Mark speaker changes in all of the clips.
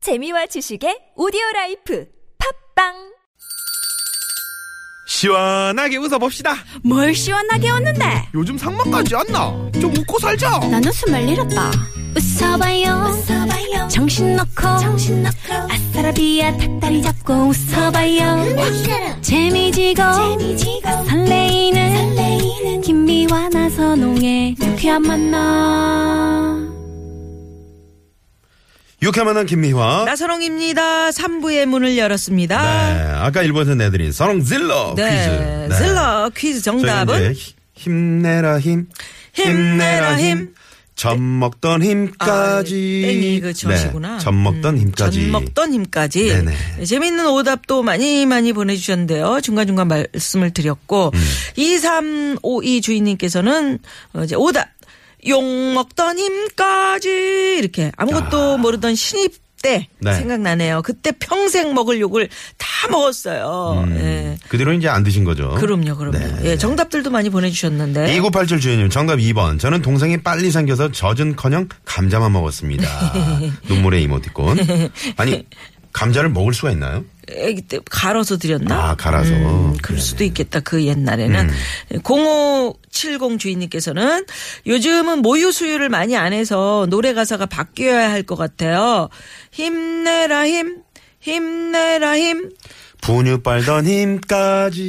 Speaker 1: 재미와 지식의 오디오 라이프 팝빵
Speaker 2: 시원하게 웃어봅시다.
Speaker 3: 뭘 시원하게 웃는데
Speaker 2: 요즘 상만까지 안 나. 좀 웃고 살자.
Speaker 3: 난 웃음을 잃었다 웃어봐요, 웃어봐요. 정신 놓고 아싸라비아 닭다리 잡고 웃어봐요 재미지고, 설레이는, 김미와 나선홍의 유쾌한 만남
Speaker 4: 유쾌 만한 김미화.
Speaker 5: 나선홍입니다. 3부의 문을
Speaker 4: 네.
Speaker 5: 열었습니다.
Speaker 4: 아까 일본에서 내드린 선홍질러
Speaker 5: 네.
Speaker 4: 퀴즈. 네.
Speaker 5: 질러 퀴즈
Speaker 4: 저희는 이제
Speaker 5: 정답은
Speaker 4: 히- 힘내라 힘.
Speaker 5: 힘내라 힘.
Speaker 4: 젖 먹던 힘까지.
Speaker 5: 네. 아, 땡이 그 젖이구나.
Speaker 4: 네, 젖 먹던 힘까지.
Speaker 5: 전 먹던 힘까지.
Speaker 4: 네네.
Speaker 5: 재밌는 오답도 많이 많이 보내주셨는데요. 중간중간 말씀을 드렸고,
Speaker 4: 음.
Speaker 5: 2352 주인님께서는 어, 이제 오답, 욕 먹던 힘까지. 이렇게 아무것도 모르던 신입 때
Speaker 4: 네.
Speaker 5: 생각나네요. 그때 평생 먹을 욕을 다 먹었어요.
Speaker 4: 음,
Speaker 5: 예.
Speaker 4: 그 뒤로 이제 안 드신 거죠.
Speaker 5: 그럼요, 네. 그럼요.
Speaker 4: 네.
Speaker 5: 예, 정답들도 많이 보내주셨는데.
Speaker 4: 2987 주인님 정답 2번. 저는 동생이 빨리 생겨서 젖은커녕 감자만 먹었습니다. 눈물의 이모티콘. 아니 감자를 먹을 수가 있나요?
Speaker 5: 애기 때 갈아서 드렸나? 음,
Speaker 4: 아, 갈아서. 음.
Speaker 5: 그럴 수도 있겠다. 그 옛날에는 0570 주인님께서는 요즘은 모유 수유를 많이 안 해서 노래 가사가 바뀌어야 할 것 같아요. 힘내라 힘, 힘내라 힘.
Speaker 4: 분유 빨던 힘까지.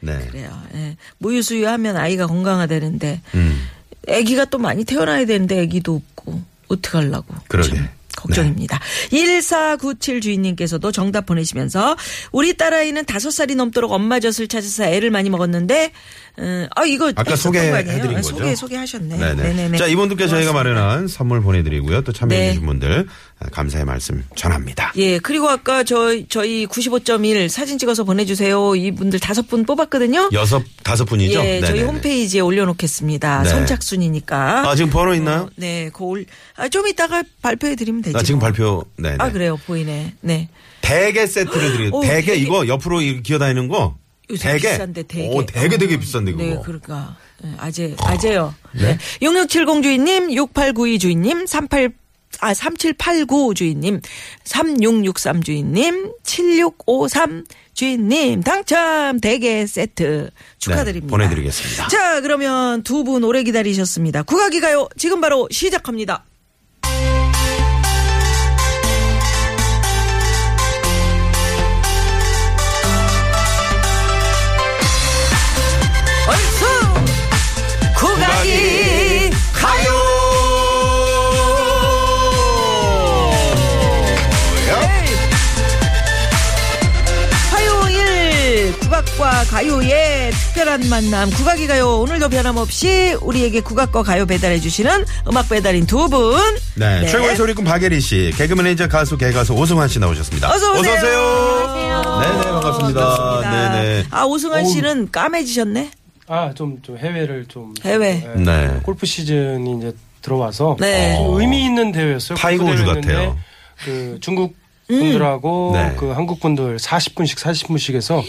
Speaker 4: 네.
Speaker 5: 음, 그래요. 예. 모유 수유하면 아이가 건강하다는데
Speaker 4: 음.
Speaker 5: 아기가 또 많이 태어나야 되는데 아기도 없고 어떡하려고.
Speaker 4: 그러게. 네.
Speaker 5: 참 걱정입니다. 1497 주인님께서도 정답 보내시면서 우리 딸아이는 다섯 살이 넘도록 엄마 젖을 찾아서 애를 많이 먹었는데 음, 아 이거
Speaker 4: 아까
Speaker 5: 했었던 거 아니에요?
Speaker 4: 소개해드린
Speaker 5: 아,
Speaker 4: 거죠?
Speaker 5: 소개 소개하셨네.
Speaker 4: 네네.
Speaker 5: 네네네.
Speaker 4: 자, 이분들께 저희가
Speaker 5: 고맙습니다.
Speaker 4: 마련한 선물 보내드리고요. 또 참여해주신
Speaker 5: 네.
Speaker 4: 분들 아, 감사의 말씀 전합니다.
Speaker 5: 예, 그리고 아까 저 저희 95.1 사진 찍어서 보내 주세요. 이분들 다섯 분 뽑았거든요.
Speaker 4: 여섯, 다섯 분이죠?
Speaker 5: 예, 저희
Speaker 4: 네네네.
Speaker 5: 홈페이지에 올려놓겠습니다.
Speaker 4: 네.
Speaker 5: 선착순이니까.
Speaker 4: 아, 지금 번호 있나요?
Speaker 5: 어, 네, 그올 아, 좀 이따가 발표해 드리면 되죠.
Speaker 4: 나 아, 지금 발표, 네네.
Speaker 5: 아 그래요 보이네. 네.
Speaker 4: 대게 세트를 드려요.
Speaker 5: 오,
Speaker 4: 대게
Speaker 5: 되게-
Speaker 4: 이거 옆으로 이- 기어다니는 거.
Speaker 5: 요새
Speaker 4: 대게.
Speaker 5: 비싼데 되게.
Speaker 4: 오, 대게 되게
Speaker 5: 아,
Speaker 4: 비싼데 그거.
Speaker 5: 네, 그러니까. 예, 아재, 아재요. 네. 6670 주인님, 6892 주인님, 38, 아, 3789 주인님, 3663 주인님, 7653 주인님, 당첨 대게 세트 축하드립니다.
Speaker 4: 네, 보내드리겠습니다.
Speaker 5: 자, 그러면 두 분 오래 기다리셨습니다. 국악이 가요. 지금 바로 시작합니다. 얼쑤! 국악이 네. 화요일 국악과 가요의 특별한 만남 국악이 가요 오늘도 변함없이 우리에게 국악과 가요 배달해 주시는 음악 배달인 두 분
Speaker 4: 네, 최고의 소리꾼 박예리 씨, 개그 매니저 가수 개가수 오승환 씨 나오셨습니다.
Speaker 5: 어서 오세요.
Speaker 4: 네네, 반갑습니다. 네네.
Speaker 5: 아 오승환 씨는 까매지셨네.
Speaker 6: 아 좀 좀 해외를 좀
Speaker 5: 해외.
Speaker 6: 예,
Speaker 4: 네.
Speaker 6: 골프 시즌이 이제 들어와서
Speaker 5: 네.
Speaker 6: 좀 의미 있는 대회였어요.
Speaker 4: 타이거
Speaker 6: 골프
Speaker 4: 우즈
Speaker 6: 대회였는데
Speaker 4: 같아요.
Speaker 6: 그 중국
Speaker 5: 음.
Speaker 6: 분들하고
Speaker 4: 네.
Speaker 6: 그 한국 분들 40분씩 40분씩 해서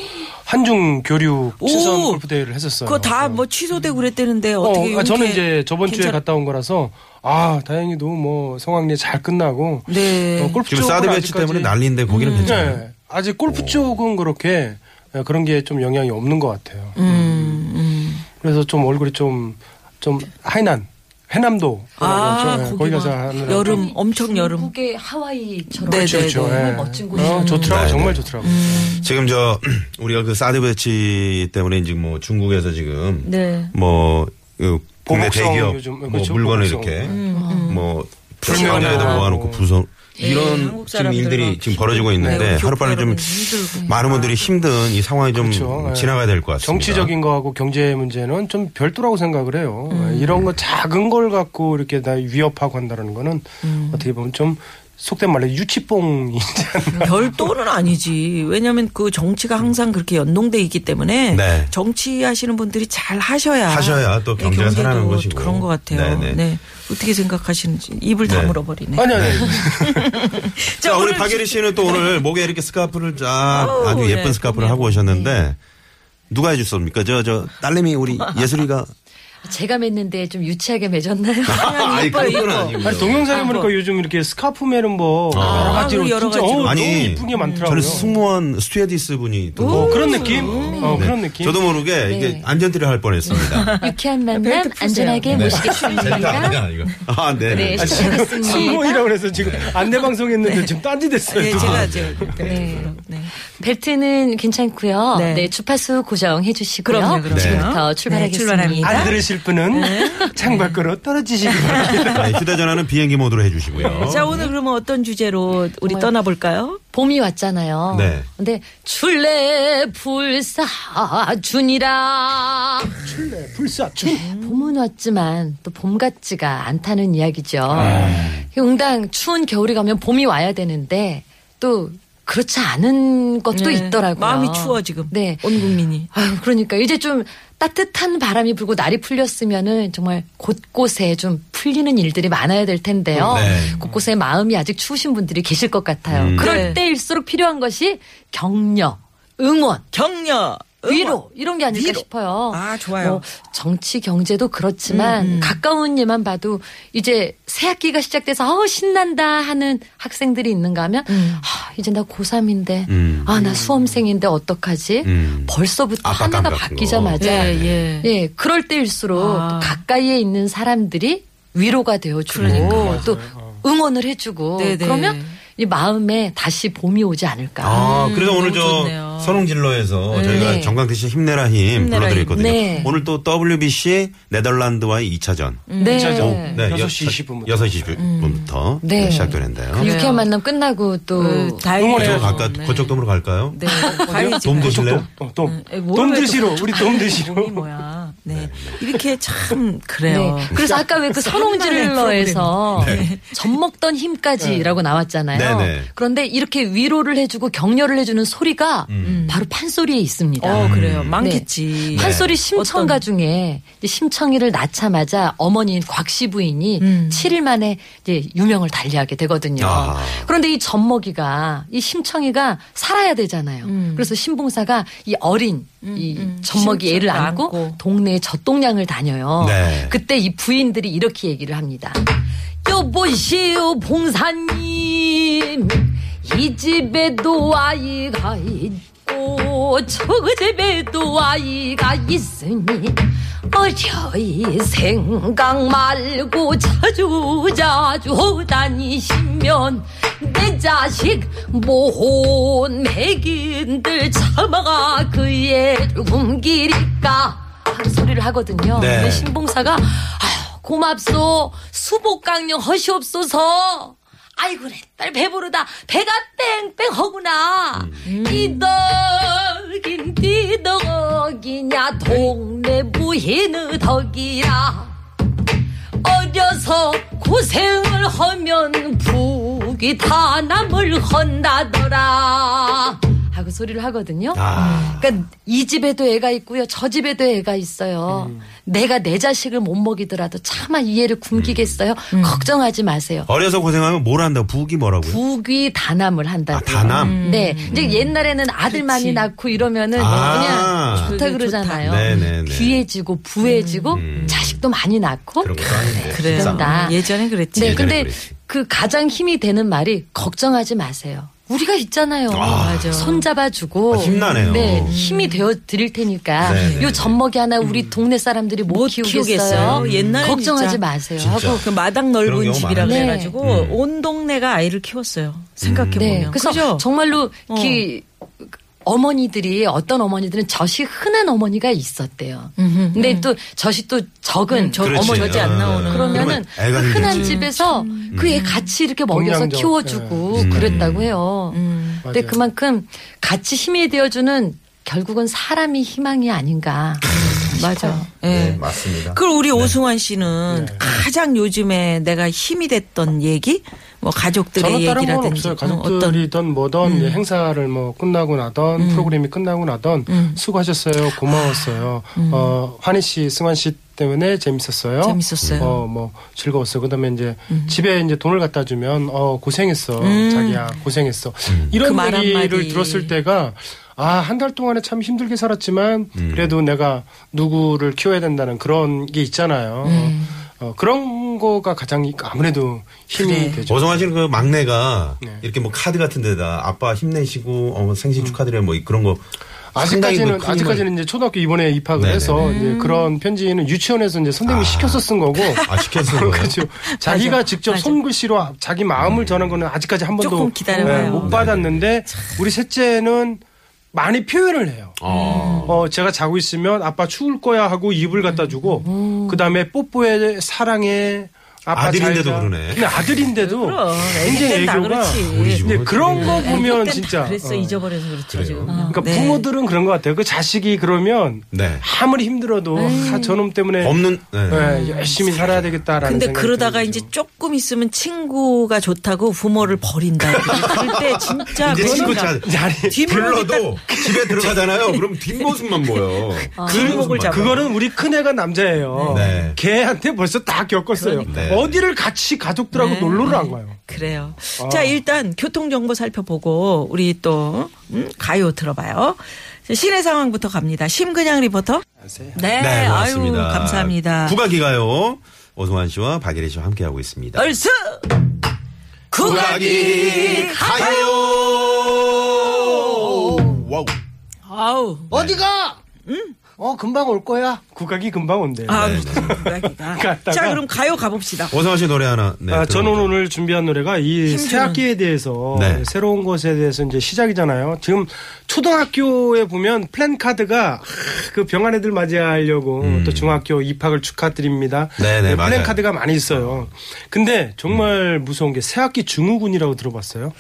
Speaker 6: 한중 교류 친선
Speaker 5: 오!
Speaker 6: 골프 대회를 했었어요.
Speaker 5: 그거 다 뭐 취소되고 그랬대는데
Speaker 6: 어,
Speaker 5: 어떻게
Speaker 6: 아, 저는
Speaker 5: 이렇게
Speaker 6: 이제 저번 주에
Speaker 5: 괜찮-
Speaker 6: 갔다 온 거라서 아 다행히도 뭐 성황리 잘 끝나고
Speaker 5: 네.
Speaker 6: 어, 골프
Speaker 4: 지금
Speaker 6: 쪽은
Speaker 4: 사드 배치
Speaker 6: 아직까지-
Speaker 4: 때문에 난리인데 거기는 괜찮아요. 어.
Speaker 6: 네, 아직 골프 쪽은 그렇게 예, 그런 게 좀 영향이 없는 것 같아요.
Speaker 5: 음, 음.
Speaker 6: 그래서 좀 얼굴이 좀, 좀 하이난, 해남도.
Speaker 5: 아,
Speaker 6: 좀, 예,
Speaker 5: 거기
Speaker 6: 가서
Speaker 5: 막
Speaker 6: 하느라고.
Speaker 5: 여름 엄청 여름.
Speaker 7: 중국의 하와이처럼
Speaker 5: 네,
Speaker 6: 그렇죠, 그렇죠.
Speaker 5: 네네.
Speaker 6: 예.
Speaker 7: 멋진
Speaker 6: 어,
Speaker 7: 곳이죠.
Speaker 6: 좋더라고,
Speaker 4: 네,
Speaker 6: 요
Speaker 4: 네.
Speaker 6: 정말 좋더라고. 요
Speaker 5: 음.
Speaker 4: 지금 저 우리가 그 사드 배치 때문에 지금 뭐 중국에서 지금
Speaker 5: 네.
Speaker 4: 뭐 그, 국내
Speaker 6: 보복성
Speaker 4: 대기업
Speaker 6: 요즘,
Speaker 4: 뭐
Speaker 6: 그렇죠,
Speaker 4: 물건을
Speaker 6: 보복성.
Speaker 4: 이렇게 뭐
Speaker 6: 불매나
Speaker 4: 불면에다
Speaker 6: 뭐.
Speaker 4: 모아놓고 부서 이런
Speaker 5: 한국
Speaker 4: 지금
Speaker 5: 사람들은
Speaker 4: 일들이 지금 벌어지고 있는데
Speaker 5: 네,
Speaker 4: 하루빨리 좀
Speaker 5: 교포 여러분 힘들고.
Speaker 4: 많은 분들이 힘든 이 상황이 좀
Speaker 6: 그렇죠, 예.
Speaker 4: 지나가야 될 것 같습니다.
Speaker 6: 정치적인 거하고 경제 문제는 좀 별도라고 생각을 해요.
Speaker 5: 음.
Speaker 6: 예, 이런 거 작은 걸 갖고 이렇게 다 위협하고 한다는 거는
Speaker 5: 음.
Speaker 6: 어떻게 보면 좀 속된 말로 유치뽕이지 않나.
Speaker 5: 별도는 아니지. 왜냐하면 그 정치가 항상 그렇게 연동돼 있기 때문에
Speaker 4: 네.
Speaker 5: 정치하시는 분들이 잘 하셔야
Speaker 4: 하셔야 또
Speaker 5: 네,
Speaker 4: 경제가 살아나는
Speaker 5: 경제도
Speaker 4: 것이고.
Speaker 5: 그런 것 같아요.
Speaker 4: 네네.
Speaker 5: 네. 어떻게 생각하시는지 입을
Speaker 4: 네.
Speaker 5: 다물어 버리네.
Speaker 6: 아니, 아니.
Speaker 4: 자, 우리
Speaker 5: 오늘
Speaker 4: 박예리 씨는 또 오늘 목에 이렇게 스카프를 쫙
Speaker 5: 어우,
Speaker 4: 아주 예쁜
Speaker 5: 네,
Speaker 4: 스카프를
Speaker 5: 그러네요.
Speaker 4: 하고 오셨는데 누가 해줬습니까? 저, 저, 딸내미 우리 예술이가
Speaker 7: 제가 맺는데 좀 유치하게 맺었나요?
Speaker 4: 아니,
Speaker 5: 이뻐요,
Speaker 4: 그런 건
Speaker 5: 이뻐.
Speaker 4: 아니고요.
Speaker 6: 아니, 동영상에
Speaker 5: 아,
Speaker 6: 보니까
Speaker 5: 뭐.
Speaker 6: 요즘 이렇게 스카프 매는 뭐 여러 가지로
Speaker 5: 여러
Speaker 6: 진짜
Speaker 5: 가지로.
Speaker 6: 어우,
Speaker 4: 아. 아니,
Speaker 6: 너무 예쁜 게 많더라고요.
Speaker 4: 저는 승무원 스튜어디스 분이 또
Speaker 6: 어, 그런 느낌?
Speaker 5: 음.
Speaker 6: 어,
Speaker 4: 네.
Speaker 6: 그런 느낌?
Speaker 4: 저도 모르게 이게
Speaker 7: 네.
Speaker 4: 안전띠를 할 뻔했습니다.
Speaker 7: 유쾌한 만남
Speaker 5: 아, 벨트 푸세요. 네.
Speaker 7: 안전하게 모시겠습니다.
Speaker 4: 아니야, 이거. 아, 네.
Speaker 7: 네,
Speaker 4: 아,
Speaker 7: 시작하겠습니다.
Speaker 6: 승무원이라고 그래서
Speaker 4: 네.
Speaker 6: 지금 안내 방송했는데 지금 딴짓 됐어요.
Speaker 5: 네,
Speaker 6: 두 분.
Speaker 5: 제가 이제
Speaker 7: 네. 벨트는 괜찮고요.
Speaker 5: 네.
Speaker 7: 네. 주파수 고정해 주시고요.
Speaker 5: 그럼요,
Speaker 4: 네.
Speaker 5: 그럼요.
Speaker 7: 지금부터
Speaker 5: 출발합니다.
Speaker 7: 출발하겠습니다.
Speaker 4: 아,
Speaker 6: 안 들으실 분은
Speaker 5: 네.
Speaker 6: 창밖으로 떨어지시기 바랍니다.
Speaker 4: 네, 휴대전화는 비행기 모드로 해주시고요.
Speaker 5: 자 오늘 그러면 어떤 주제로 우리 떠나볼까요?
Speaker 7: 봄이 왔잖아요.
Speaker 4: 네.
Speaker 7: 근데 출래 불사준이라
Speaker 5: 음.
Speaker 6: 불사
Speaker 7: 봄은 왔지만 또 봄 같지가 않다는 이야기죠.
Speaker 5: 아.
Speaker 7: 용당 추운 겨울이 가면 봄이 와야 되는데 또 그렇지 않은 것도
Speaker 5: 네.
Speaker 7: 있더라고요.
Speaker 5: 마음이 추워 지금.
Speaker 7: 네.
Speaker 5: 온 국민이.
Speaker 7: 아유, 그러니까 이제 좀 따뜻한 바람이 불고 날이 풀렸으면은 정말 곳곳에 좀 풀리는 일들이 많아야 될 텐데요.
Speaker 4: 네.
Speaker 7: 곳곳에 마음이 아직 추우신 분들이 계실 것 같아요.
Speaker 4: 음.
Speaker 7: 그럴
Speaker 5: 네.
Speaker 7: 때일수록 필요한 것이 격려, 응원,
Speaker 5: 격려. 응원.
Speaker 7: 위로 이런 게 아닐까
Speaker 5: 위로.
Speaker 7: 싶어요. 뭐
Speaker 5: 아, 좋아요. 음,
Speaker 7: 정치 경제도 그렇지만 가까운 예만 봐도 이제 새 학기가 시작돼서 어 신난다 하는 학생들이 있는가 하면
Speaker 5: 음.
Speaker 7: 아, 이제 나 고3인데
Speaker 4: 음.
Speaker 7: 아 나 수험생인데 어떡하지?
Speaker 4: 음.
Speaker 7: 벌써부터
Speaker 4: 압박감
Speaker 7: 하나가
Speaker 4: 같은 거.
Speaker 7: 바뀌자마자
Speaker 5: 예, 예.
Speaker 7: 예, 그럴 때일수록
Speaker 5: 아.
Speaker 7: 가까이에 있는 사람들이 위로가 되어주고 또 응원을 해주고
Speaker 5: 그러니까. 네네.
Speaker 7: 그러면 이 마음에 다시 봄이 오지 않을까.
Speaker 4: 아, 그래서 오늘 저
Speaker 5: 좋네요.
Speaker 4: 선홍진로에서 저희가 정강태 씨 힘내라 힘
Speaker 5: 힘내라
Speaker 4: 불러드렸거든요.
Speaker 7: 힘. 네.
Speaker 4: 오늘 또 WBC 네덜란드와의 2차전.
Speaker 3: 음.
Speaker 7: 네.
Speaker 6: 진짜죠.
Speaker 4: 네,
Speaker 6: 6시
Speaker 4: 여-
Speaker 6: 20분 부터.
Speaker 4: 6시 20분부터
Speaker 7: 네.
Speaker 4: 시작되는데요.
Speaker 5: 그래요. 네.
Speaker 7: 유쾌한 만남 끝나고 또
Speaker 5: 그, 다행이에요.
Speaker 4: 그쪽으로 갈까? 그쪽 동으로 갈까요?
Speaker 5: 네. 가야지.
Speaker 4: 돔
Speaker 6: 또,
Speaker 4: 드실래요?
Speaker 6: 또, 또.
Speaker 5: 에, 뭘
Speaker 6: 돈
Speaker 5: 왜
Speaker 6: 드시러,
Speaker 5: 또-
Speaker 6: 우리 돈 드시러.
Speaker 5: 몸이 뭐야. 네. 이렇게 참 그래요.
Speaker 7: 네. 그래서 아까 왜 그 선홍질러에서 젖 먹던 힘까지라고 나왔잖아요.
Speaker 4: 네. 네네.
Speaker 7: 그런데 이렇게 위로를 해주고 격려를 해주는 소리가
Speaker 4: 음.
Speaker 7: 바로 판소리에
Speaker 3: 아,
Speaker 7: 있습니다.
Speaker 5: 어, 그래요.
Speaker 3: 네.
Speaker 5: 망겠지.
Speaker 7: 판소리 심청가 중에 이제 심청이를 낳자마자 어머니인 곽씨 부인이
Speaker 5: 음.
Speaker 7: 7일 만에 이제 유명을 달리하게 되거든요.
Speaker 4: 아.
Speaker 7: 그런데 이 젖먹이가 이 심청이가 살아야 되잖아요.
Speaker 3: 음,
Speaker 5: 음.
Speaker 7: 그래서 신봉사가 이 어린 이 젖먹이
Speaker 5: 심청이
Speaker 7: 애를 안고,
Speaker 5: 안고.
Speaker 7: 동네에 젖동량을 다녀요.
Speaker 4: 네.
Speaker 7: 그때 이 부인들이 이렇게 얘기를 합니다. 여보시오 봉사님 이 집에도 아이가 있고 저 집에도 아이가 있으니 어려이 생각 말고 자주 자주 다니시면 내 자식 모혼 백인들 참아가 그의 굶기리까 하는 소리를 하거든요.
Speaker 4: 네.
Speaker 7: 근데 신봉사가 아휴 고맙소 수복강령 허시옵소서. 아이고 내 딸 배부르다 배가 뺑뺑 허구나 이덕인 뒤덕이냐 동네 부인의 덕이라 어려서 고생을 하면 북이 다 남을 헌다더라 하고 소리를 하거든요.
Speaker 4: 아.
Speaker 7: 그러니까 이 집에도 애가 있고요, 저 집에도 애가 있어요.
Speaker 4: 음.
Speaker 7: 내가 내 자식을 못 먹이더라도 차마 이해를 굶기겠어요.
Speaker 4: 음.
Speaker 7: 걱정하지 마세요.
Speaker 4: 어려서 고생하면 뭘 한다고? 북이 뭐라고요?
Speaker 7: 북이 단함을 한다고.
Speaker 4: 아, 단함.
Speaker 7: 네, 이제 옛날에는 아들만이
Speaker 5: 그치.
Speaker 7: 낳고 이러면은
Speaker 4: 아.
Speaker 7: 그냥 좋다
Speaker 5: 그게
Speaker 7: 그러잖아요.
Speaker 4: 좋다. 네네네. 음.
Speaker 7: 귀해지고 부해지고 자식도 많이 낳고
Speaker 4: 그런 것도 아닌데.
Speaker 5: 그래요.
Speaker 4: 속상하네.
Speaker 7: 그런다.
Speaker 5: 예전엔 그랬지.
Speaker 7: 네,
Speaker 4: 예전에
Speaker 7: 근데
Speaker 4: 그랬지.
Speaker 7: 그 가장 힘이 되는 말이 걱정하지 마세요. 우리가 있잖아요.
Speaker 4: 아,
Speaker 5: 맞아.
Speaker 7: 손잡아주고
Speaker 4: 아, 힘나네요.
Speaker 7: 네, 힘이 되어 드릴 테니까
Speaker 4: 네, 네,
Speaker 7: 요 젖먹이 하나 우리 동네 사람들이 못,
Speaker 5: 음. 못
Speaker 7: 키우겠어요.
Speaker 5: 키우겠어요. 옛날엔
Speaker 7: 걱정하지
Speaker 5: 진짜.
Speaker 7: 마세요.
Speaker 4: 진짜.
Speaker 7: 하고
Speaker 5: 그 마당
Speaker 4: 그런
Speaker 5: 넓은
Speaker 4: 경우
Speaker 5: 집이라
Speaker 7: 많아요.
Speaker 5: 그래가지고
Speaker 4: 네.
Speaker 5: 온 동네가 아이를 키웠어요. 생각해 보면.
Speaker 7: 네, 그래서
Speaker 5: 그죠?
Speaker 7: 정말로
Speaker 5: 어.
Speaker 7: 그 어머니들이 어떤 어머니들은 젖이 흔한 어머니가 있었대요. 근데 또 젖이 또 적은
Speaker 4: 그렇지.
Speaker 7: 어머니
Speaker 4: 젖이 안 나오는.
Speaker 7: 그러면은
Speaker 4: 그러면 애가
Speaker 7: 그 흔한
Speaker 4: 힘들지.
Speaker 7: 집에서 그 애 같이 이렇게 먹여서
Speaker 6: 동양적,
Speaker 7: 키워주고
Speaker 4: 예.
Speaker 7: 그랬다고 해요. 근데
Speaker 6: 맞아요.
Speaker 7: 그만큼 같이 힘이 되어주는 결국은 사람이 희망이 아닌가. 맞아.
Speaker 5: 예.
Speaker 4: 네, 맞습니다.
Speaker 5: 그리고 우리 오승환 씨는 가장 요즘에 내가 힘이 됐던 얘기, 뭐 가족들의
Speaker 6: 저는 다른 건
Speaker 5: 얘기라든지
Speaker 6: 없어요.
Speaker 5: 어, 어떤 음.
Speaker 6: 가족들이든 뭐든 예, 행사를 뭐 끝나고 나던 프로그램이 끝나고 나던
Speaker 5: 음.
Speaker 6: 수고하셨어요. 고마웠어요.
Speaker 5: 아,
Speaker 6: 어, 환희 씨, 승환 씨 때문에 재밌었어요.
Speaker 5: 재밌었어요.
Speaker 6: 어, 뭐 즐거웠어요. 그다음에 이제 집에 이제 돈을 갖다
Speaker 4: 음.
Speaker 6: 주면 어, 고생했어. 자기야, 고생했어.
Speaker 5: 음.
Speaker 6: 이런
Speaker 5: 그말
Speaker 6: 얘기를
Speaker 5: 한마디.
Speaker 6: 들었을 때가 아 한 달 동안에 참 힘들게 살았지만
Speaker 4: 음.
Speaker 6: 그래도 내가 누구를 키워야 된다는 그런 게 있잖아요.
Speaker 5: 음.
Speaker 6: 어, 그런 거가 가장 아무래도 힘이
Speaker 5: 그래.
Speaker 6: 되죠.
Speaker 4: 오성환 씨는 그 막내가
Speaker 6: 네.
Speaker 4: 이렇게 뭐 카드 같은 데다 아빠 힘내시고 어, 생신 축하드려요 뭐 그런 거 상당히 그
Speaker 6: 아직까지는
Speaker 4: 큰
Speaker 6: 아직까지는 이제 초등학교 이번에 입학을
Speaker 4: 네네네.
Speaker 6: 해서 이제 그런 편지는 유치원에서 이제 선생님이 시켜서 쓴 거고
Speaker 4: 아, 시켜서 쓴 거예요?
Speaker 6: 그렇죠. 자기가
Speaker 5: 맞아,
Speaker 6: 직접
Speaker 5: 맞아.
Speaker 6: 손글씨로 자기 마음을 전한 거는 아직까지 한 번도
Speaker 5: 조금 기다려봐요.
Speaker 6: 예,
Speaker 4: 네.
Speaker 6: 못 받았는데 우리 셋째는 많이 표현을 해요.
Speaker 4: 어.
Speaker 6: 어 제가 자고 있으면 아빠 추울 거야 하고 이불 갖다 주고 그다음에 뽀뽀해 사랑해 아빠
Speaker 4: 아들인데도
Speaker 6: 잘 자.
Speaker 4: 그러네.
Speaker 6: 근데 아들인데도
Speaker 5: 그럼 애기 땐
Speaker 6: 굉장히
Speaker 5: 다
Speaker 6: 애교가
Speaker 5: 네, 그렇지.
Speaker 4: 우리
Speaker 6: 근데
Speaker 4: 집은
Speaker 6: 그런 거
Speaker 5: 애기
Speaker 6: 보면
Speaker 5: 땐다
Speaker 6: 진짜
Speaker 5: 그랬어
Speaker 6: 어.
Speaker 5: 잊어버려서 그렇죠
Speaker 4: 그래요?
Speaker 5: 지금.
Speaker 6: 그러니까
Speaker 5: 네.
Speaker 6: 부모들은 그런 것 같아요. 그 자식이 그러면
Speaker 4: 네.
Speaker 6: 아무리 힘들어도
Speaker 5: 음.
Speaker 6: 아, 저놈 때문에
Speaker 4: 없는 네.
Speaker 6: 예, 열심히 살아야 되겠다라는.
Speaker 5: 근데
Speaker 6: 생각이
Speaker 5: 그러다가
Speaker 6: 들죠.
Speaker 5: 이제 조금 있으면 친구가 좋다고 부모를 버린다. 그때 진짜
Speaker 4: 이제
Speaker 5: 그런
Speaker 4: 친구
Speaker 5: 거-
Speaker 4: 찾
Speaker 5: 그러니까
Speaker 6: 아.
Speaker 5: 뒷목이
Speaker 4: 불러도 집에 들어가잖아요. 그럼 뒷모습만 보여.
Speaker 5: 뒷목을 잡아.
Speaker 6: 그거는 우리 큰애가 남자예요.
Speaker 4: 네.
Speaker 6: 걔한테 벌써 다 겪었어요.
Speaker 4: 그러니까요. 네.
Speaker 6: 어디를 같이 가족들하고 놀러를 안 가요.
Speaker 5: 그래요.
Speaker 6: 아.
Speaker 5: 자, 일단 교통 정보 살펴보고 우리 또 음, 가요 들어봐요. 시내 상황부터 갑니다. 심근양 리포터. 네,
Speaker 4: 네, 맞습니다.
Speaker 5: 아유, 감사합니다.
Speaker 4: 국악이가요. 오성환 씨와 박예리 씨와 함께하고 있습니다.
Speaker 5: 얼스 국악이
Speaker 4: 가요. 와우.
Speaker 5: 아우
Speaker 6: 어, 금방 올 거야. 국악이 금방 온대요.
Speaker 5: 아
Speaker 4: 네,
Speaker 5: 무슨 국악이다.
Speaker 6: 갔다가.
Speaker 5: 자, 그럼 가요 가봅시다.
Speaker 4: 오성환 씨 노래 하나. 네,
Speaker 6: 아, 저는
Speaker 4: 들어보죠.
Speaker 6: 오늘 준비한 노래가 이
Speaker 5: 힘주는.
Speaker 6: 새학기에 대해서
Speaker 4: 네.
Speaker 6: 새로운 것에 대해서 이제 시작이잖아요. 지금 초등학교에 보면 플랜카드가 아, 그 병아리들 맞이하려고 또 중학교 입학을 축하드립니다.
Speaker 4: 음.
Speaker 6: 그
Speaker 4: 네네, 맞아요.
Speaker 6: 플랜카드가 많이 있어요. 근데 정말 무서운 게 새학기 증후군이라고 들어봤어요.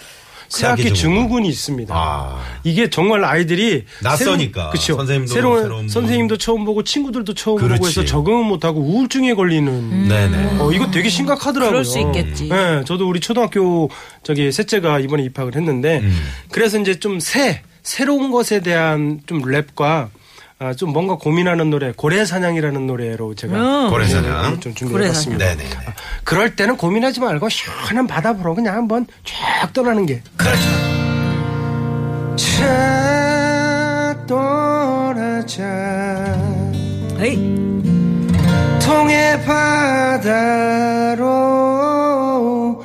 Speaker 4: 새학기
Speaker 6: 새학기
Speaker 4: 증후군.
Speaker 6: 증후군이 있습니다.
Speaker 4: 아.
Speaker 6: 이게 정말 아이들이
Speaker 4: 낯서니까.
Speaker 6: 그렇죠.
Speaker 4: 선생님도
Speaker 6: 새로운,
Speaker 4: 새로운
Speaker 6: 선생님도 처음 보고 친구들도 처음 보고
Speaker 4: 그렇지. 음.
Speaker 6: 해서 적응을 못하고 우울증에 걸리는
Speaker 4: 네네.
Speaker 6: 어, 이거 되게 심각하더라고요.
Speaker 5: 그럴 수 있겠지.
Speaker 6: 네, 저도 우리 초등학교 저기 셋째가 이번에 입학을 했는데
Speaker 4: 음.
Speaker 6: 그래서 이제 좀 새 새로운 것에 대한 좀 랩과 아, 좀 뭔가 고민하는 노래 고래사냥이라는 노래로 제가 네,
Speaker 5: 음.
Speaker 4: 고래사냥.
Speaker 6: 좀 준비해봤습니다.
Speaker 4: 네네.
Speaker 6: 그럴 때는 고민하지 말고 시원한 바다 보러 그냥 한번 쫙 떠나는 게. 그렇죠. 쫙 떠나자.
Speaker 5: 에이,
Speaker 6: 통해 바다로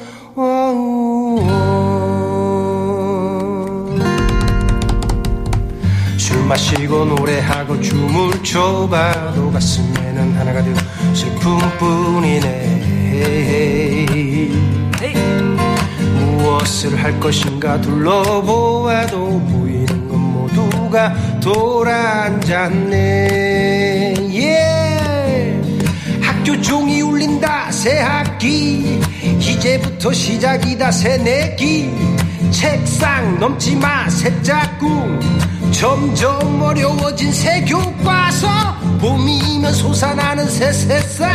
Speaker 6: 술 마시고 노래하고 춤을 춰봐도 가슴에는 하나가 되고 슬픔뿐이네
Speaker 5: 에이.
Speaker 6: 무엇을 할 것인가 둘러보아도 보이는 건 모두가 돌아앉았네 예. 학교 종이 울린다 새 학기 이제부터 시작이다 새내기 책상 넘지 마 새짝꿍 점점 어려워진 새 교과서 봄이면 솟아나는 새 새싹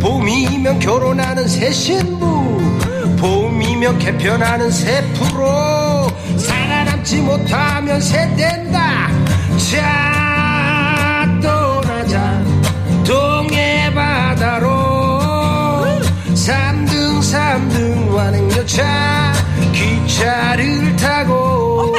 Speaker 6: 봄이면 결혼하는 새 신부 봄이면 개편하는 새 프로 살아남지 못하면 새 된다 자 떠나자 동해 바다로 삼등삼등 완행열차 기차를 타고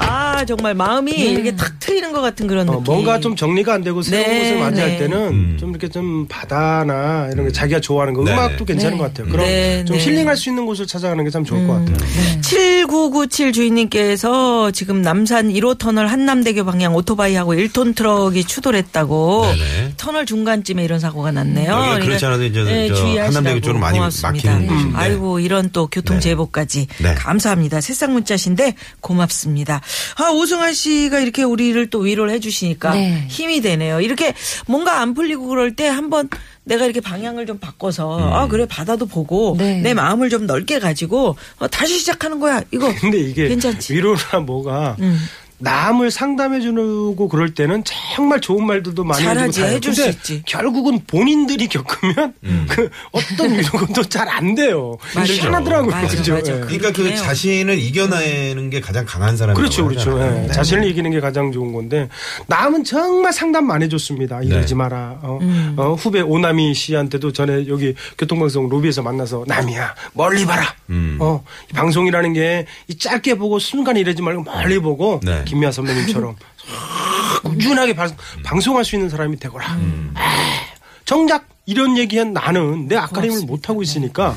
Speaker 5: 아 정말 마음이 이게 탁 트이는 것 같은 그런
Speaker 6: 네. 어,
Speaker 5: 느낌.
Speaker 6: 뭔가 좀 정리가 안 되고 새로운
Speaker 5: 네,
Speaker 6: 것을 맞이할
Speaker 5: 네.
Speaker 6: 때는 좀 이렇게 좀 바다나 이런 게 자기가 좋아하는 거
Speaker 4: 네.
Speaker 6: 음악도 괜찮은 것 같아요. 그런
Speaker 5: 네,
Speaker 6: 좀
Speaker 5: 네. 음.
Speaker 6: 힐링할 수 있는 곳을 찾아가는 게 참 좋을 것 같아요.
Speaker 5: 7997 주인님께서 지금 남산 1호 터널 한남대교 방향 오토바이하고 1톤 트럭이 추돌했다고
Speaker 4: 네네.
Speaker 5: 터널 중간쯤에 이런 사고가 났네요. 네,
Speaker 4: 여기가 그렇지 않아도 이제 저
Speaker 5: 주의하시라고
Speaker 4: 한남대교 쪽으로 많이
Speaker 5: 고맙습니다. 음,
Speaker 4: 막히는 곳인데.
Speaker 5: 아이고 이런 또 교통
Speaker 4: 네.
Speaker 5: 제보까지
Speaker 4: 네.
Speaker 5: 감사합니다. 새싹 문자신데 고맙습니다. 아 오승환 씨가 이렇게 우리를 또 위로를 해주시니까
Speaker 7: 네.
Speaker 5: 힘이 되네요. 이렇게 뭔가 안 풀리고 그럴 때 한번 내가 이렇게 방향을 좀 바꿔서 아
Speaker 4: 음.
Speaker 5: 그래 바다도 보고
Speaker 7: 네.
Speaker 5: 내 마음을 좀 넓게 가지고 음. 어, 다시 시작하는 거야. 이거
Speaker 6: 근데 이게
Speaker 5: 괜찮지.
Speaker 6: 위로나 뭐가 남을 상담해 주고 그럴 때는 정말 좋은 말들도 많이 해주고
Speaker 5: 잘하지,
Speaker 6: 다 해요.
Speaker 5: 해줄 수
Speaker 6: 근데
Speaker 5: 있지.
Speaker 6: 결국은 본인들이 겪으면 그 어떤 유혹도 잘 안 돼요.
Speaker 5: 맞아.
Speaker 6: 희한하더라고요.
Speaker 5: 맞아,
Speaker 6: 그죠?
Speaker 5: 맞아.
Speaker 6: 예.
Speaker 4: 그러니까 그
Speaker 5: 그렇네요.
Speaker 4: 자신을 이겨내는 게 가장 강한 사람이라고
Speaker 6: 그렇죠, 그렇죠.
Speaker 4: 하잖아요.
Speaker 6: 예.
Speaker 4: 네.
Speaker 6: 자신을 이기는 게 가장 좋은 건데 남은 정말 상담 많이
Speaker 4: 네.
Speaker 6: 해줬습니다. 이러지 마라. 어, 어, 후배 오나미 씨한테도 전에 여기 교통방송 로비에서 만나서 남이야 멀리 봐라.
Speaker 4: 음.
Speaker 6: 어, 이 방송이라는 게 이 짧게 보고 순간 이러지 말고 멀리 보고
Speaker 4: 네.
Speaker 6: 김미아 선배님처럼 꾸준하게 방- 방송할 수 있는 사람이 되거라.
Speaker 4: 음.
Speaker 6: 에이, 정작 이런 얘기한 나는 내 아까림을 못 하고 있으니까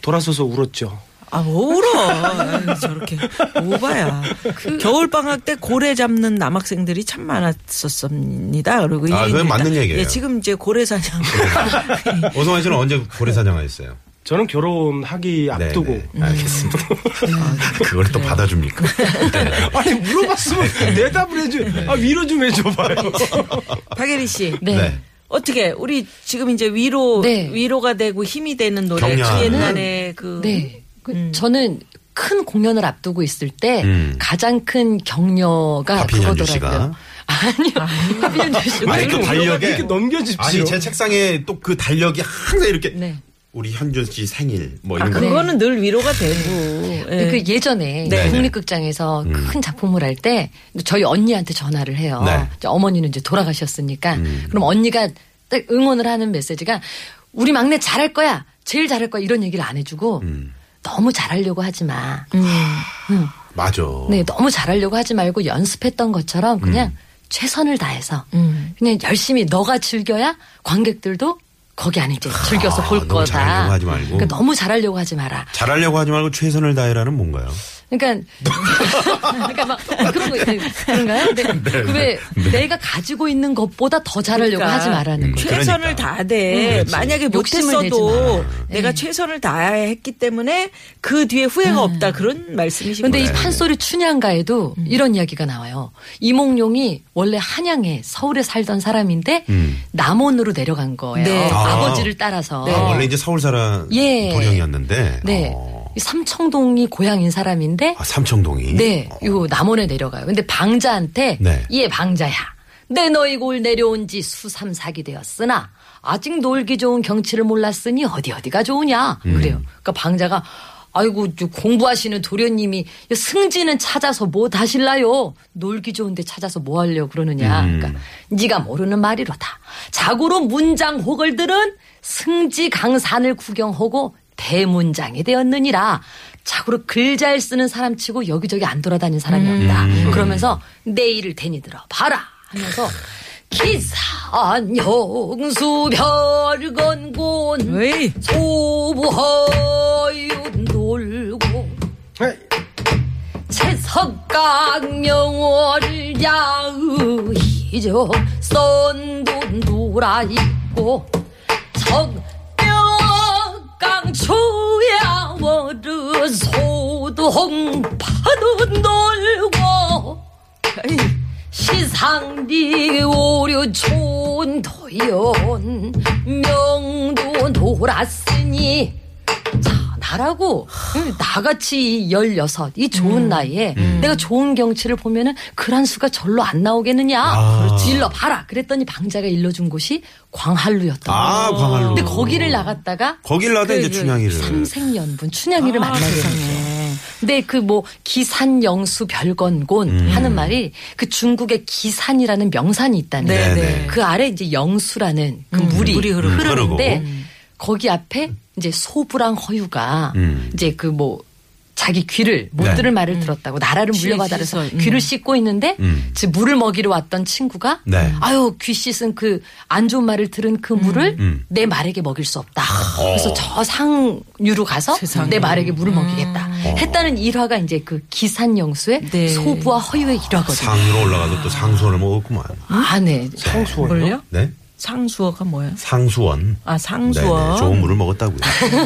Speaker 6: 돌아서서 울었죠.
Speaker 5: 아, 뭐 울어. 아이, 저렇게. 오바야.
Speaker 7: 그
Speaker 5: 겨울방학 때 고래 잡는 남학생들이 참 많았었습니다. 그리고
Speaker 4: 아,
Speaker 5: 이
Speaker 4: 그건
Speaker 5: 일단-
Speaker 4: 맞는 얘기예요. 네.
Speaker 5: 예, 지금 이제 고래 사냥.
Speaker 4: 오성환 씨는 언제 고래 사냥하셨어요?
Speaker 6: 저는 결혼하기
Speaker 4: 네,
Speaker 6: 앞두고
Speaker 4: 네. 알겠습니다.
Speaker 7: 음.
Speaker 4: 그걸 또 받아줍니까?
Speaker 6: 아니 물어봤으면 대답을 해줘. 아 위로 좀 해줘봐요.
Speaker 5: 박예리 씨.
Speaker 7: 네.
Speaker 4: 네.
Speaker 5: 어떻게 우리 지금 이제 위로
Speaker 7: 네.
Speaker 5: 위로가 되고 힘이 되는 노래 그
Speaker 4: 격려하는.
Speaker 5: 옛날에 그
Speaker 7: 네. 그 저는 큰 공연을 앞두고 있을 때
Speaker 4: 음.
Speaker 7: 가장 큰 격려가
Speaker 4: 박빈현주
Speaker 7: 아, 그거더라고요.
Speaker 4: 씨가.
Speaker 7: 아니요. 박빈현주 씨가.
Speaker 4: 아니, 그
Speaker 6: 그럼
Speaker 4: 달력에.
Speaker 6: 이렇게 넘겨집시오.
Speaker 4: 아니, 제 책상에 또 그 달력이 항상 이렇게.
Speaker 7: 네.
Speaker 4: 우리 현준 씨 생일, 뭐
Speaker 5: 아,
Speaker 4: 이런 거.
Speaker 5: 그거는 늘 위로가 되고. 예.
Speaker 7: 그 예전에
Speaker 4: 네. 음.
Speaker 7: 국립극장에서 큰 작품을 할 때 저희 언니한테 전화를 해요.
Speaker 4: 네. 음.
Speaker 7: 이제 어머니는 이제 돌아가셨으니까 그럼 언니가 딱 응원을 하는 메시지가 우리 막내 잘할 거야, 제일 잘할 거야 이런 얘기를 안 해주고
Speaker 4: 음.
Speaker 7: 너무 잘하려고 하지 마.
Speaker 4: 맞아.
Speaker 7: 네, 너무 잘하려고 하지 말고 연습했던 것처럼 그냥
Speaker 4: 음.
Speaker 7: 최선을 다해서 그냥 열심히 너가 즐겨야 관객들도 거기 안에 이제 즐겨서
Speaker 4: 아,
Speaker 7: 볼
Speaker 4: 너무
Speaker 7: 거다.
Speaker 4: 잘하려고 하지 말고.
Speaker 7: 그러니까 너무 잘하려고 하지 마라.
Speaker 4: 잘하려고 하지 말고 최선을 다해라는 뭔가요?
Speaker 7: 그러니까 그러니까 막 그런 거 있- 그런가요? 네. 그왜 내가 가지고 있는 것보다 더 잘하려고
Speaker 5: 그러니까.
Speaker 7: 하지 말라는
Speaker 4: 음.
Speaker 7: 거.
Speaker 5: 최선을
Speaker 4: 그러니까.
Speaker 5: 다돼 만약에
Speaker 7: 음, 욕심을 네.
Speaker 5: 못했어도 내가 최선을 다했기 때문에 그 뒤에 후회가
Speaker 7: 음.
Speaker 5: 없다 그런 말씀이신
Speaker 7: 그런데
Speaker 4: 네.
Speaker 5: 거예요.
Speaker 7: 이 판소리 춘향가에도
Speaker 5: 음.
Speaker 7: 이런 이야기가 나와요. 이몽룡이 원래 한양에 서울에 살던 사람인데
Speaker 4: 음.
Speaker 7: 남원으로 내려간 거예요.
Speaker 5: 네.
Speaker 4: 아.
Speaker 7: 아. 버지를 따라서.
Speaker 4: 아, 원래 이제 서울 사람
Speaker 7: 예.
Speaker 4: 도령이었는데.
Speaker 7: 네.
Speaker 4: 어.
Speaker 7: 이 삼청동이 고향인 사람인데
Speaker 4: 아, 삼청동이.
Speaker 7: 네,
Speaker 4: 어.
Speaker 7: 요 남원에 내려가요. 근데 방자한테
Speaker 4: 네.
Speaker 7: 예 방자야. 내 너희 골 내려온 지 수삼사기 되었으나 아직 놀기 좋은 경치를 몰랐으니 어디 어디가 좋으냐
Speaker 4: 음.
Speaker 7: 그래요. 그러니까 방자가 아이고 저 공부하시는 도련님이 승진은 찾아서 뭐 하실라요? 놀기 좋은데 찾아서 뭐 하려고 그러느냐.
Speaker 4: 음.
Speaker 7: 그러니까 네가 모르는 말이로다. 자고로 문장 호걸들은 승지 강산을 구경하고 대문장이 되었느니라. 자고로 글 잘 쓰는 사람치고 여기저기 안 돌아다닌 사람이 없다. 그러면서 내 일을 대니 들어 봐라 하면서 기산 영수 별건곤
Speaker 5: 에이.
Speaker 7: 소부허윤 돌고
Speaker 6: 아,
Speaker 7: 채석강 명월을 야의죠 썬돈 돌아 있고 적명강 초야월을 소동 파도 놀고
Speaker 5: 네.
Speaker 7: 시상디 오류 촌 도연 명도 놀았으니 자, 나라고 응, 나같이 16, 이 좋은 나이에 내가 좋은 경치를 보면은 그란수가 절로 안 나오겠느냐. 일러 봐라. 그랬더니 방자가 일러준 곳이 광한루였던
Speaker 4: 아,
Speaker 7: 거예요.
Speaker 4: 광활로.
Speaker 7: 근데 거기를 나갔다가 그
Speaker 4: 거길 나다 이제 춘향이를.
Speaker 7: 삼생연분 춘향이를 만나게 되죠. 근데 그 뭐 기산영수 별건곤
Speaker 4: 음.
Speaker 7: 하는 말이 그 중국의 기산이라는 명산이 있다는
Speaker 5: 네,
Speaker 4: 네, 음.
Speaker 7: 거예요.
Speaker 5: 네.
Speaker 7: 그 아래 이제 영수라는 그 물이,
Speaker 5: 물이 흐르고.
Speaker 7: 흐르는데
Speaker 4: 흐르고.
Speaker 7: 거기 앞에 이제 소부랑 허유가
Speaker 4: 음.
Speaker 7: 이제 그 뭐 자기 귀를 못
Speaker 4: 네.
Speaker 7: 들을 말을 들었다고 나라를
Speaker 5: 귀에
Speaker 7: 물려받아서
Speaker 5: 씻어, 음.
Speaker 7: 귀를 씻고 있는데
Speaker 4: 음.
Speaker 7: 지금 물을 먹이러 왔던 친구가
Speaker 4: 네.
Speaker 7: 아유 귀 씻은 그 안 좋은 말을 들은 그 물을
Speaker 4: 음. 아.
Speaker 7: 내 말에게 먹일 수 없다.
Speaker 4: 어.
Speaker 7: 그래서 저 상류로 가서
Speaker 5: 세상에.
Speaker 7: 내 말에게
Speaker 6: 음.
Speaker 7: 물을 먹이겠다.
Speaker 4: 어.
Speaker 7: 했다는 일화가 이제 그 기산영수의
Speaker 5: 네.
Speaker 7: 소부와 허유의 일화거든요.
Speaker 4: 상으로 올라가서 또 상수원을 먹었구만.
Speaker 7: 아, 네.
Speaker 6: 상수원요?
Speaker 5: 뭘요?
Speaker 4: 네?
Speaker 5: 상수어가 뭐예요?
Speaker 4: 상수원. 네네,
Speaker 5: 아 상수어.
Speaker 4: 좋은 물을 먹었다고요.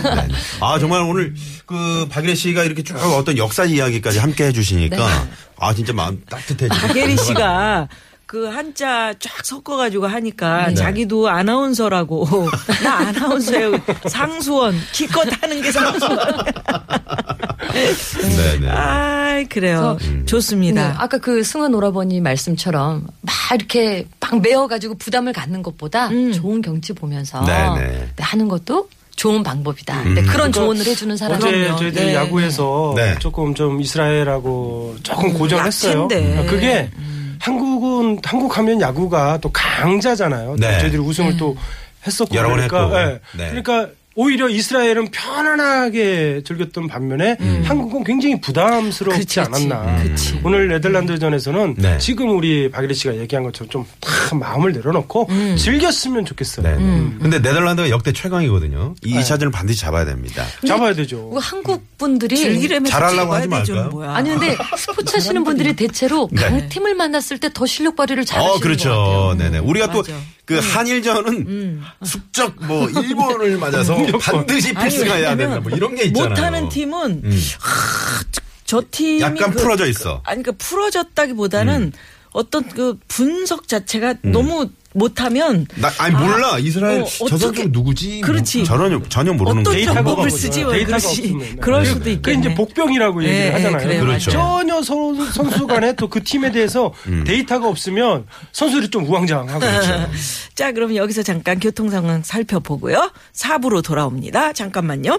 Speaker 4: 네네. 아 정말 오늘 그 박예리 씨가 이렇게 쭉 어떤 역사 이야기까지 함께 해주시니까 아 진짜 마음 따뜻해지고.
Speaker 5: 박예리 씨가 그 한자 쫙 섞어가지고 하니까
Speaker 4: 네.
Speaker 5: 자기도 아나운서라고 나 아나운서예요 상수원 기껏 하는 게 상수원
Speaker 4: 네네.
Speaker 5: 아 그래요 좋습니다
Speaker 7: 네, 아까 그 승원 오라버니 말씀처럼 막 이렇게 막 메어가지고 부담을 갖는 것보다
Speaker 6: 음.
Speaker 7: 좋은 경치 보면서
Speaker 4: 네네. 음. 그러니까
Speaker 7: 하는 것도 좋은 방법이다. 네, 그런 조언을 해주는 사람이
Speaker 6: 어제 저희들이
Speaker 5: 네.
Speaker 6: 야구에서
Speaker 4: 네.
Speaker 6: 조금 좀 이스라엘하고 조금 고전했어요. 그러니까
Speaker 5: 약체인데.
Speaker 6: 그게 한국은 한국 하면 야구가 또 강자잖아요.
Speaker 4: 네.
Speaker 6: 저희들이 우승을 또 했었고
Speaker 4: 여러 번
Speaker 6: 그러니까
Speaker 4: 했고.
Speaker 6: 예.
Speaker 4: 네.
Speaker 6: 그러니까 오히려 이스라엘은 편안하게 즐겼던 반면에 한국은 굉장히 부담스럽지
Speaker 5: 그치, 그치.
Speaker 6: 않았나.
Speaker 5: 그치.
Speaker 6: 오늘 네덜란드전에서는
Speaker 4: 네.
Speaker 6: 지금 우리 박일희 씨가 얘기한 것처럼 좀다 마음을 내려놓고 즐겼으면 좋겠어요.
Speaker 4: 네. 근데 네덜란드가 역대 최강이거든요. 이 2차전을 반드시 잡아야 됩니다.
Speaker 6: 잡아야 되죠.
Speaker 7: 그 한국 분들이
Speaker 5: 네. 즐기려면
Speaker 4: 잘하려고 하지
Speaker 5: 찍어야 되죠,
Speaker 4: 말까요?
Speaker 5: 뭐야.
Speaker 7: 아니 근데 스포츠 하시는 분들이 대체로
Speaker 4: 네.
Speaker 7: 강팀을 만났을 때 더 실력 발휘를 잘하시는
Speaker 4: 어,
Speaker 7: 것 같아요. 음.
Speaker 4: 그렇죠. 네네. 우리가 또
Speaker 5: 맞아.
Speaker 4: 그 한일전은 숙적 뭐 일본을 맞아서 반드시 필승해야 된다 뭐 이런 게 있잖아요. 음.
Speaker 5: 못하는 팀은 하, 저- 저 팀이
Speaker 4: 약간
Speaker 5: 그-
Speaker 4: 풀어져 있어.
Speaker 5: 아니 그러니까 풀어졌다기보다는
Speaker 6: 음.
Speaker 5: 어떤 그 분석 자체가 너무 못하면
Speaker 4: 나 아니 몰라 이스라엘
Speaker 5: 어,
Speaker 4: 저 사람
Speaker 5: 어떻게-
Speaker 4: 좀 누구지?
Speaker 5: 그렇지.
Speaker 4: 전혀 전혀 모르는
Speaker 5: 어떤
Speaker 4: 거죠.
Speaker 6: 데이터가
Speaker 5: 방법을
Speaker 6: 없어요.
Speaker 5: 쓰지 뭐
Speaker 6: 데이터가
Speaker 5: 그러시
Speaker 6: 없으면.
Speaker 5: 그럴
Speaker 6: 네.
Speaker 5: 수도
Speaker 6: 그
Speaker 5: 있겠네.
Speaker 6: 이제 복병이라고 얘기를
Speaker 5: 예, 예,
Speaker 6: 하잖아요.
Speaker 5: 그래요,
Speaker 4: 그렇죠.
Speaker 6: 전혀 선- 선수 간에 또 그 팀에 대해서 데이터가 없으면 선수들이 좀 우왕좌왕하고 그렇죠.
Speaker 5: 자, 그럼 여기서 잠깐 교통 상황 살펴보고요. 4부로 돌아옵니다. 잠깐만요.